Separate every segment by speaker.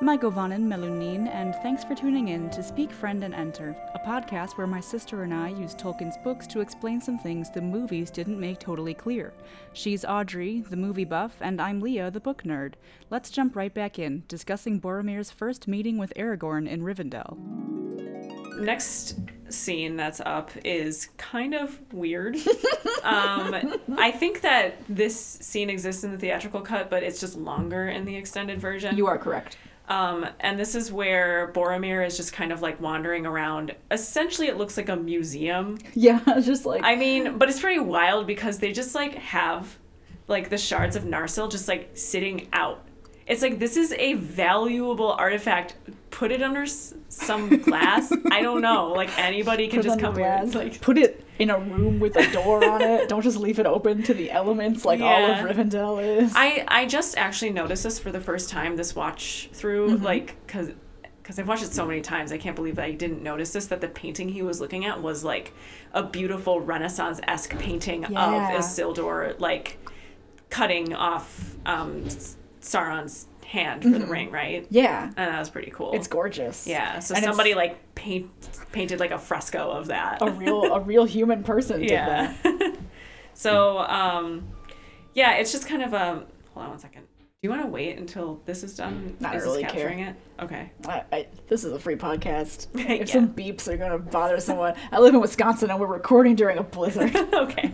Speaker 1: Mygovonin Melunin, and thanks for tuning in to Speak Friend and Enter, a podcast where my sister and I use Tolkien's books to explain some things the movies didn't make totally clear. She's Audrey, the movie buff, and I'm Leah, the book nerd. Let's jump right back in, discussing Boromir's first meeting with Aragorn in Rivendell.
Speaker 2: next scene that's up is kind of weird. um, I think that this scene exists in the theatrical cut, but it's just longer in the extended version.
Speaker 3: You are correct.
Speaker 2: Um, and this is where Boromir is just kind of like wandering around. Essentially, it looks like a museum.
Speaker 3: Yeah, just like
Speaker 2: I mean, but it's pretty wild because they just like have like the shards of Narsil just like sitting out. It's like this is a valuable artifact. Put it under s- some glass. I don't know. Like anybody can
Speaker 3: put
Speaker 2: just
Speaker 3: it on
Speaker 2: come
Speaker 3: the
Speaker 2: here. It's
Speaker 3: glass,
Speaker 2: like
Speaker 3: put it in a room with a door on it. Don't just leave it open to the elements like
Speaker 2: Yeah.
Speaker 3: all of Rivendell is.
Speaker 2: I I just actually noticed this for the first time this watch through
Speaker 3: Mm-hmm.
Speaker 2: like cuz because I've watched it so many times, I can't believe I didn't notice this. That the painting he was looking at was like a beautiful Renaissance esque painting
Speaker 3: Yeah.
Speaker 2: of Isildur, like cutting off um, S- Sauron's hand for the ring, right?
Speaker 3: yeah,
Speaker 2: And that was pretty cool.
Speaker 3: Mm-hmm. it's gorgeous.
Speaker 2: Oh. yeah. So
Speaker 3: And it's-
Speaker 2: somebody like paint painted like a fresco of that.
Speaker 3: a real a real human person did
Speaker 2: yeah.
Speaker 3: that.
Speaker 2: so um, yeah, it's just kind of a. Hold on one second. Do you want to wait until this is done?
Speaker 3: Mm, Not
Speaker 2: is
Speaker 3: really
Speaker 2: this
Speaker 3: care.
Speaker 2: capturing it? Okay.
Speaker 3: I, I, this is a free podcast. If
Speaker 2: Yeah.
Speaker 3: some beeps are gonna bother someone, I live in Wisconsin and we're recording during a blizzard.
Speaker 2: okay.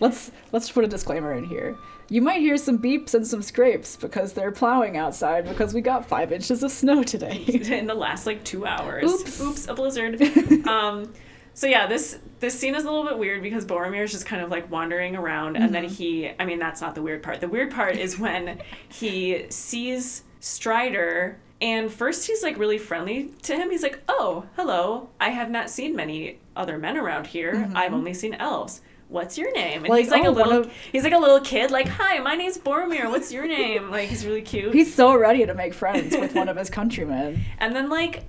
Speaker 3: let's let's put a disclaimer in here. You might hear some beeps and some scrapes because they're plowing outside because we got five inches of snow today.
Speaker 2: in the last like two hours.
Speaker 3: Oops.
Speaker 2: a blizzard. um, so yeah, this this scene is a little bit weird because Boromir is just kind of like wandering around, and
Speaker 3: Mm-hmm.
Speaker 2: then he, I mean, that's not the weird part. The weird part is when he sees Strider. And first, he's like really friendly to him. He's like, "Oh, hello. I have not seen many other men around here. I've only seen elves. What's your name?" And
Speaker 3: Mm-hmm. Like,
Speaker 2: he's like
Speaker 3: oh,
Speaker 2: a
Speaker 3: one
Speaker 2: little,
Speaker 3: of-
Speaker 2: he's like a little kid. Like, "Hi, my name's Boromir. What's your name?" Like, he's really cute.
Speaker 3: He's so ready to make friends with one of his countrymen.
Speaker 2: And then like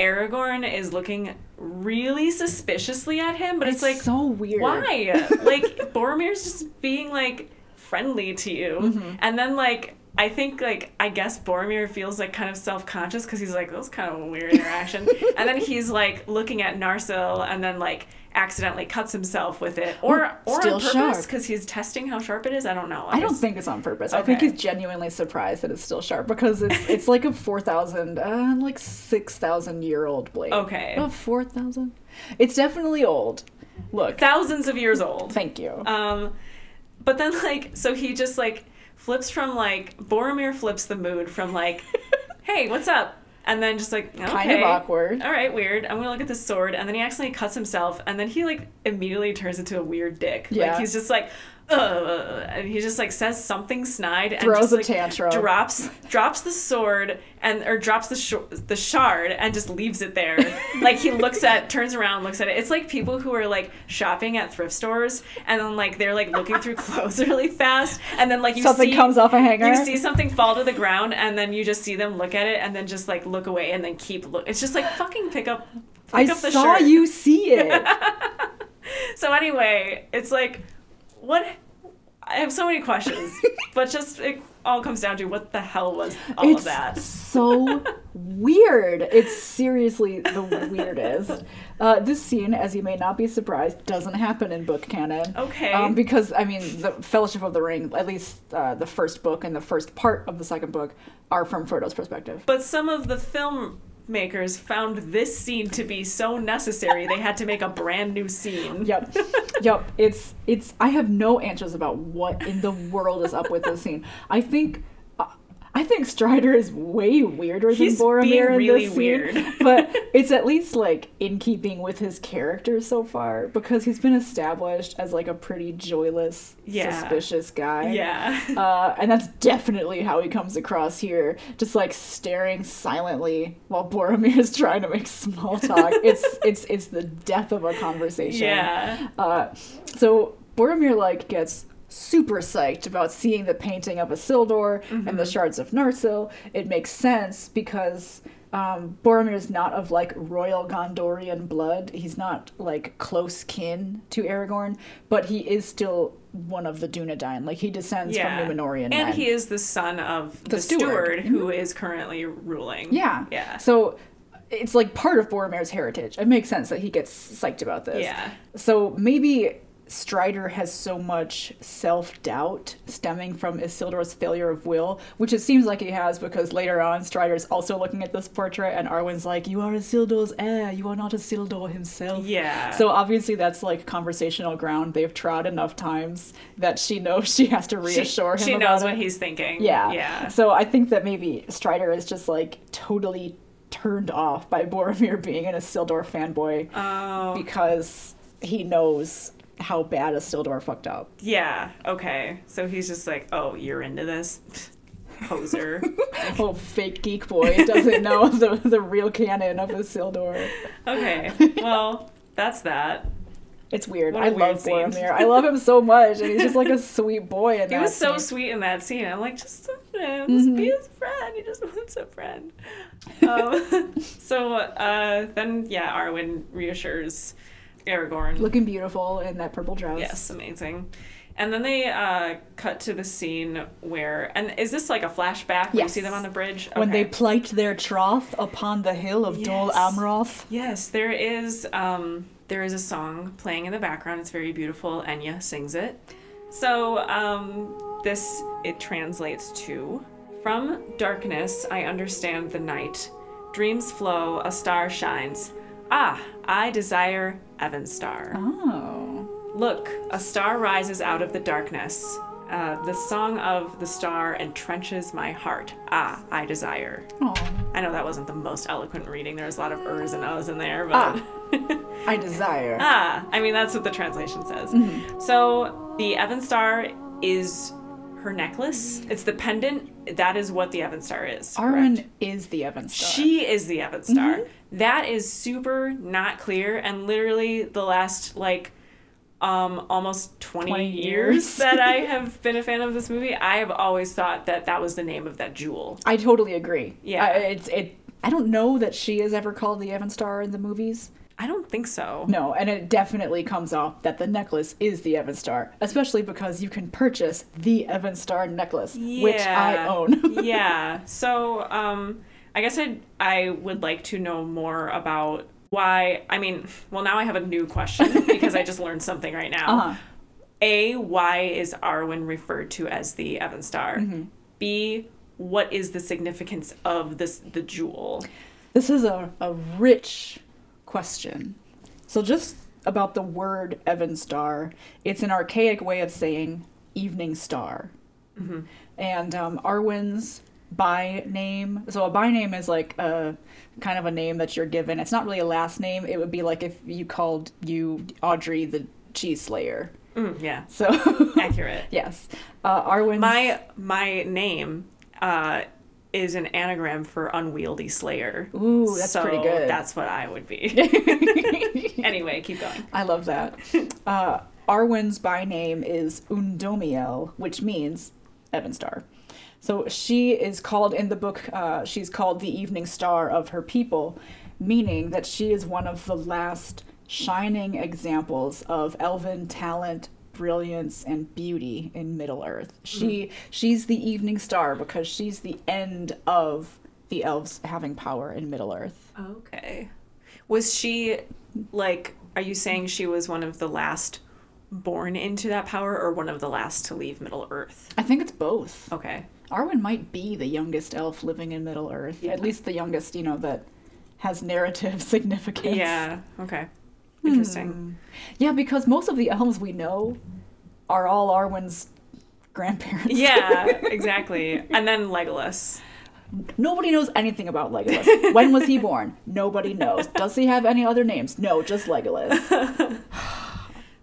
Speaker 2: Aragorn is looking really suspiciously at him, but it's, like
Speaker 3: so weird.
Speaker 2: why? like Boromir's just being like friendly to you.
Speaker 3: Mm-hmm.
Speaker 2: And then like I think like I guess Boromir feels like kind of self-conscious because he's like, that was kind of a weird interaction. and then he's like looking at Narsil and then like accidentally cuts himself with it. Or or
Speaker 3: still
Speaker 2: on purpose
Speaker 3: sharp.
Speaker 2: because he's testing how sharp it is. I don't know.
Speaker 3: I don't
Speaker 2: just-
Speaker 3: think it's on purpose. I think
Speaker 2: Okay.
Speaker 3: he's genuinely surprised that it's still sharp because it's it's like a four thousand, uh, like six thousand year old blade.
Speaker 2: Okay.
Speaker 3: oh, four thousand. It's definitely old. Look,
Speaker 2: thousands of years old.
Speaker 3: thank you.
Speaker 2: Um, but then like so he just like flips from like Boromir flips the mood from like, hey, what's up? And then just like okay.
Speaker 3: Kind of awkward.
Speaker 2: All right, weird. I'm gonna look at this sword, and then he accidentally cuts himself, and then he like immediately turns into a weird dick.
Speaker 3: Yeah.
Speaker 2: Like he's just like, Ugh, and he just like says something snide and
Speaker 3: Throws
Speaker 2: just,
Speaker 3: a
Speaker 2: like,
Speaker 3: tantrum.
Speaker 2: drops drops the sword and or drops the sh- the shard and just leaves it there. like he looks at, turns around, looks at it. It's like people who are like shopping at thrift stores, and then like they're like looking through clothes really fast, and then like you
Speaker 3: Something
Speaker 2: see-
Speaker 3: comes off a hanger.
Speaker 2: you see something fall to the ground, and then you just see them look at it, and then just like look away, and then keep look. It's just like fucking pick up. Pick
Speaker 3: I
Speaker 2: up the
Speaker 3: saw
Speaker 2: shirt.
Speaker 3: you see it.
Speaker 2: So anyway, it's like, what? I have so many questions, but just it all comes down to what the hell was all
Speaker 3: it's
Speaker 2: of that?
Speaker 3: so weird. It's seriously the weirdest. Uh, this scene, as you may not be surprised, doesn't happen in book canon.
Speaker 2: Okay.
Speaker 3: Um, because I mean, the Fellowship of the Ring, at least uh, the first book and the first part of the second book, are from Frodo's perspective.
Speaker 2: But some of the filmmakers found this scene to be so necessary they had to make a brand new scene.
Speaker 3: Yep. yep. It's it's I have no answers about what in the world is up with this scene. I think uh, I think Strider is way weirder
Speaker 2: He's
Speaker 3: than Boromir
Speaker 2: being
Speaker 3: in
Speaker 2: really
Speaker 3: this
Speaker 2: weird.
Speaker 3: scene, but it's at least like in keeping with his character so far because he's been established as like a pretty joyless,
Speaker 2: Yeah.
Speaker 3: suspicious guy.
Speaker 2: Yeah.
Speaker 3: Uh, and that's definitely how he comes across here, just like staring silently while Boromir is trying to make small talk. it's it's it's the death of a conversation.
Speaker 2: Yeah.
Speaker 3: Uh, so Boromir like gets super psyched about
Speaker 2: Mm-hmm.
Speaker 3: seeing the painting of Isildur and the shards of Narsil. It makes sense because um, Boromir's not of like royal Gondorian blood. He's not like close kin to Aragorn, but he is still one of the Dunedain. Like he descends
Speaker 2: Yeah.
Speaker 3: from Numenorean
Speaker 2: and
Speaker 3: men.
Speaker 2: he is the son of the,
Speaker 3: The
Speaker 2: steward,
Speaker 3: steward. Mm-hmm.
Speaker 2: who is currently ruling.
Speaker 3: yeah.
Speaker 2: Yeah.
Speaker 3: So it's like part of Boromir's heritage. It makes sense that he gets psyched about this.
Speaker 2: Yeah.
Speaker 3: So maybe Strider has so much self doubt stemming from Isildur's failure of will, which it seems like he has because later on Strider's also looking at this portrait and Arwen's like, You are Isildur's heir, you are not Isildur himself.
Speaker 2: Yeah.
Speaker 3: So obviously that's like conversational ground they've trod enough times that she knows she has to
Speaker 2: she,
Speaker 3: reassure him.
Speaker 2: she
Speaker 3: about
Speaker 2: knows
Speaker 3: it.
Speaker 2: what he's thinking.
Speaker 3: Yeah.
Speaker 2: Yeah.
Speaker 3: So I think that maybe Strider is just like totally turned off by Boromir being an Isildur fanboy
Speaker 2: Oh.
Speaker 3: because he knows how bad Isildur fucked up.
Speaker 2: Yeah. Okay. So he's just like, oh, you're into this, poser.
Speaker 3: Oh, fake geek boy doesn't know the, the real canon of Isildur.
Speaker 2: okay. Well, that's that.
Speaker 3: It's weird.
Speaker 2: What a
Speaker 3: I
Speaker 2: weird
Speaker 3: love
Speaker 2: scene.
Speaker 3: Boromir. I love him so much, and he's just like a sweet boy. And
Speaker 2: He was so sweet in that scene. I'm like, just a friend, just be
Speaker 3: Mm-hmm.
Speaker 2: his friend. He just wants a friend. Um, so uh, then, yeah, Arwen reassures Aragorn.
Speaker 3: looking beautiful in that purple dress.
Speaker 2: Yes, amazing. And then they uh, cut to the scene where, and is this like a flashback? When you
Speaker 3: Yes.
Speaker 2: see them on the bridge
Speaker 3: When they
Speaker 2: Okay.
Speaker 3: plight their troth upon the hill of Dol
Speaker 2: Yes.
Speaker 3: Amroth.
Speaker 2: Yes, there is um, there is a song playing in the background. It's very beautiful. Enya sings it. So um, this it translates to from darkness I understand the night. Dreams flow, a star shines. Ah, I desire Evenstar.
Speaker 3: Oh.
Speaker 2: Look, a star rises out of the darkness. Uh, the song of the star entrenches my heart. Ah, I desire.
Speaker 3: Aw.
Speaker 2: I know that wasn't the most eloquent reading. There was a lot of ers and uhs in there, but
Speaker 3: Ah. I desire.
Speaker 2: ah, I mean that's what the translation says.
Speaker 3: Mm-hmm.
Speaker 2: So the Evan Star is her necklace. It's the pendant. That is what the Evan Star is. correct?
Speaker 3: Arwen is the Evan Star.
Speaker 2: She is the Evan Star. That is super not clear, and literally the last like um almost 20,
Speaker 3: 20
Speaker 2: years,
Speaker 3: years.
Speaker 2: that I have been a fan of this movie, I have always thought that that was the name of that jewel.
Speaker 3: I totally agree.
Speaker 2: Yeah.
Speaker 3: I, it's it. I don't know that she is ever called the Evan Star in the movies.
Speaker 2: I don't think so.
Speaker 3: No, and it definitely comes off that the necklace is the Evan Star, especially because you can purchase the Evan Star necklace, which I
Speaker 2: Yeah.
Speaker 3: own.
Speaker 2: yeah. So, um, I guess I I would like to know more about why. I mean, well, now I have a new question because I just learned something right now.
Speaker 3: Uh-huh.
Speaker 2: A, why is Arwen referred to as the Evan Star?
Speaker 3: Mm-hmm.
Speaker 2: B, what is the significance of this the jewel?
Speaker 3: This is a, a rich question. So, just about the word Evan Star, it's an archaic way of saying evening star. And um, Arwen's by name, so a by name is like a kind of a name that you're given. It's not really a last name. It would be like if you called you Audrey the Cheese Slayer.
Speaker 2: Mm, yeah,
Speaker 3: So,
Speaker 2: accurate.
Speaker 3: yes, uh, Arwen's.
Speaker 2: My my name uh, is an anagram for unwieldy slayer.
Speaker 3: Ooh, that's
Speaker 2: so
Speaker 3: pretty good.
Speaker 2: That's what I would be. anyway, keep going.
Speaker 3: I love that. Uh, Arwen's by name is Undomiel, which means Evenstar. So she is called in the book, uh, she's called the Evening Star of her people, meaning that she is one of the last shining examples of elven talent, brilliance, and beauty in Middle Earth. She she's the Evening Star because she's the end of the elves having power in Middle Earth.
Speaker 2: Okay. Was she like are you saying she was one of the last born into that power or one of the last to leave Middle Earth?
Speaker 3: I think it's both.
Speaker 2: Okay.
Speaker 3: Arwen might be the youngest elf living in Middle Earth. At least the youngest, you know, that has narrative significance.
Speaker 2: Yeah. Okay.
Speaker 3: Hmm.
Speaker 2: Interesting.
Speaker 3: Yeah, because most of the elves we know are all Arwen's grandparents.
Speaker 2: Yeah, exactly. And then Legolas.
Speaker 3: Nobody knows anything about Legolas. when was he born? Nobody knows. Does he have any other names? No, just Legolas.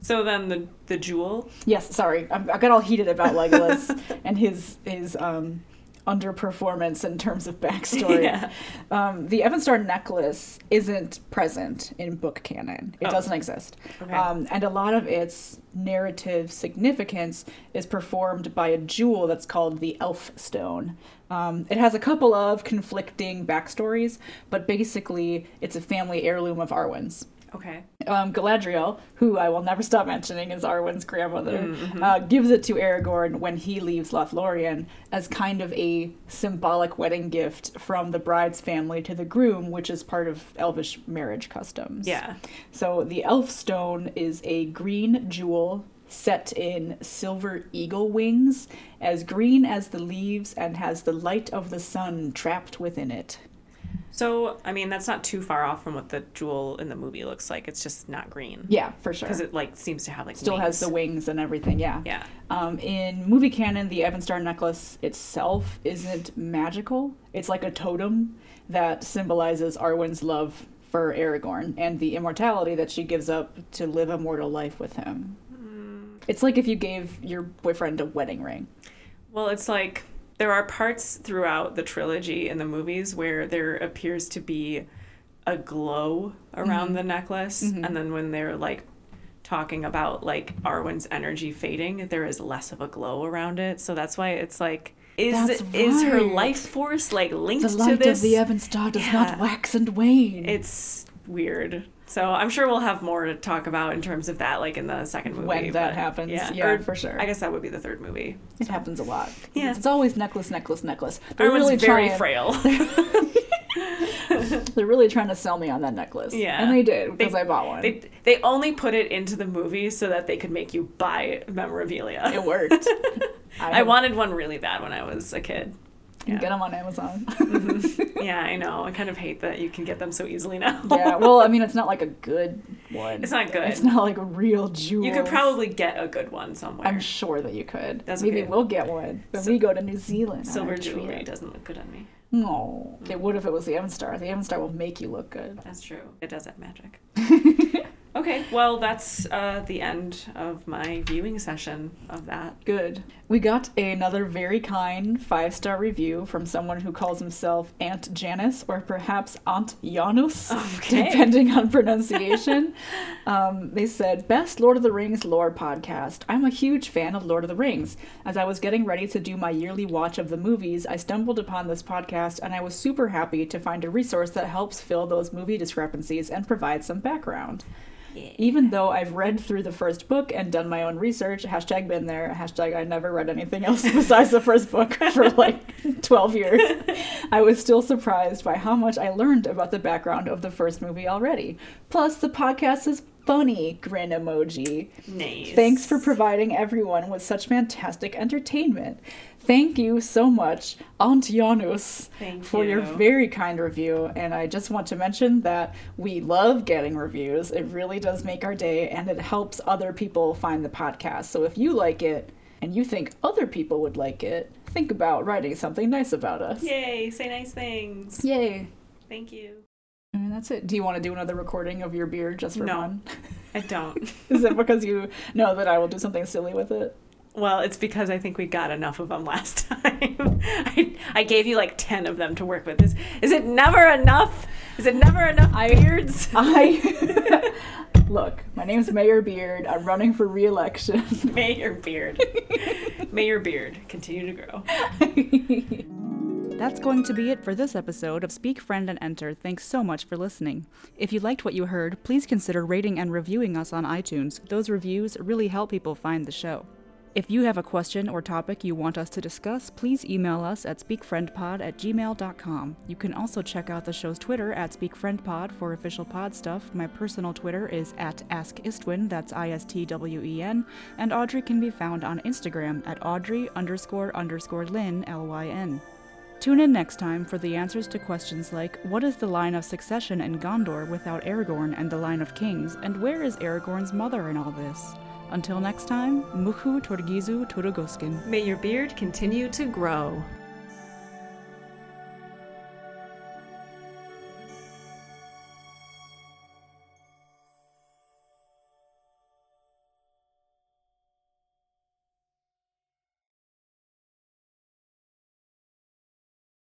Speaker 2: So then the the jewel.
Speaker 3: Yes, sorry. I'm, I got all heated about Legolas and his his um underperformance in terms of backstory.
Speaker 2: Yeah.
Speaker 3: Um, the Evenstar necklace isn't present in book canon. It
Speaker 2: Oh.
Speaker 3: doesn't exist.
Speaker 2: Okay.
Speaker 3: Um, and a lot of its narrative significance is performed by a jewel that's called the Elf Stone. Um, it has a couple of conflicting backstories, but basically it's a family heirloom of Arwen's
Speaker 2: Okay.
Speaker 3: um, Galadriel, who I will never stop mentioning is Arwen's grandmother, uh, gives it to Aragorn when he leaves Lothlorien as kind of a symbolic wedding gift from the bride's family to the groom, which is part of elvish marriage customs.
Speaker 2: Yeah.
Speaker 3: So the elf stone is a green jewel set in silver eagle wings, as green as the leaves, and has the light of the sun trapped within it.
Speaker 2: So, I mean, that's not too far off from what the jewel in the movie looks like. It's just not green.
Speaker 3: Yeah, for sure.
Speaker 2: Because it, like, seems to have, like,
Speaker 3: Still has the
Speaker 2: wings.
Speaker 3: wings and everything,
Speaker 2: Yeah.
Speaker 3: Um, in movie canon, the Evanstar necklace itself isn't magical. It's like a totem that symbolizes Arwen's love for Aragorn and the immortality that she gives up to live a mortal life with him. It's like if you gave your boyfriend a wedding ring.
Speaker 2: Well, it's like there are parts throughout the trilogy and the movies where there appears to be a glow around
Speaker 3: Mm-hmm.
Speaker 2: the necklace, and then when they're like talking about like Arwen's energy fading, there is less of a glow around it. So that's why it's like is
Speaker 3: That's
Speaker 2: is her
Speaker 3: right.
Speaker 2: life force like linked
Speaker 3: The
Speaker 2: to
Speaker 3: light
Speaker 2: this?
Speaker 3: of the Evanstar does
Speaker 2: Yeah.
Speaker 3: not wax and wane.
Speaker 2: it's weird. So I'm sure we'll have more to talk about in terms of that, like in the second movie.
Speaker 3: When that happens, yeah,
Speaker 2: Or
Speaker 3: for sure.
Speaker 2: I guess that would be the third movie.
Speaker 3: it happens a lot.
Speaker 2: Yeah.
Speaker 3: It's always necklace, necklace, necklace. They're
Speaker 2: Arwen's
Speaker 3: really
Speaker 2: very
Speaker 3: trying.
Speaker 2: frail.
Speaker 3: They're really trying to sell me on that necklace.
Speaker 2: Yeah.
Speaker 3: And they did
Speaker 2: They-
Speaker 3: because I bought one.
Speaker 2: They, they only put it into the movie so that they could make you buy memorabilia.
Speaker 3: it worked.
Speaker 2: I wanted one really bad when I was a kid.
Speaker 3: You can
Speaker 2: Yeah.
Speaker 3: get them on Amazon.
Speaker 2: yeah, I know. I kind of hate that you can get them so easily now.
Speaker 3: yeah, well, I mean, it's not like a good one.
Speaker 2: It's not good.
Speaker 3: It's not like a real jewel.
Speaker 2: you could probably get a good one somewhere.
Speaker 3: I'm sure that you could.
Speaker 2: That's
Speaker 3: Maybe
Speaker 2: okay.
Speaker 3: we'll get one when we go to New Zealand.
Speaker 2: Silver jewelry doesn't look good on me.
Speaker 3: No, it would if it was the Evan Star. The Evan Star will make you look good.
Speaker 2: That's true. It does have magic. okay, well, that's uh, the end of my viewing session of that.
Speaker 3: Good. We got another very kind five star review from someone who calls himself Aunt Janice or perhaps Aunt Janus,
Speaker 2: Okay.
Speaker 3: depending on pronunciation. um, they said, Best Lord of the Rings lore podcast. I'm a huge fan of Lord of the Rings. As I was getting ready to do my yearly watch of the movies, I stumbled upon this podcast and I was super happy to find a resource that helps fill those movie discrepancies and provide some background. Even though I've read through the first book and done my own research, hashtag been there, hashtag I never read anything else besides the first book for like 12 years, I was still surprised by how much I learned about the background of the first movie already. Plus, the podcast is funny, grin emoji.
Speaker 2: Nice.
Speaker 3: Thanks for providing everyone with such fantastic entertainment. Thank you so much, Aunt Janus,
Speaker 2: Thank
Speaker 3: for your
Speaker 2: you.
Speaker 3: very kind review. And I just want to mention that we love getting reviews. It really does make our day and it helps other people find the podcast. So if you like it and you think other people would like it, think about writing something nice about us.
Speaker 2: Yay, say nice things.
Speaker 3: Yay.
Speaker 2: Thank you.
Speaker 3: And that's it. Do you want to do another recording of your beer just for
Speaker 2: No.
Speaker 3: fun?
Speaker 2: I don't.
Speaker 3: Is it because you know that I will do something silly with it?
Speaker 2: Well, it's because I think we got enough of them last time. I, I gave you like 10 of them to work with. Is, is it never enough? Is it never enough beards?
Speaker 3: I look. My name's Mayor Beard. I'm running for re-election.
Speaker 2: May your beard. May your beard continue to grow.
Speaker 1: That's going to be it for this episode of Speak Friend and Enter. Thanks so much for listening. If you liked what you heard, please consider rating and reviewing us on iTunes. Those reviews really help people find the show. If you have a question or topic you want us to discuss, please email us at speakfriendpod at gmail.com. You can also check out the show's Twitter at speakfriendpod for official pod stuff. My personal Twitter is at askistwin, that's I-S-T-W-E-N, E and Audrey can be found on Instagram at audrey underscore underscore lyn, L-Y-N. Tune in next time for the answers to questions like what is the line of succession in Gondor without Aragorn and the line of kings, and where is Aragorn's mother in all this? Until next time, Mukhu Torgizu Turugoskin.
Speaker 2: May your beard continue to grow.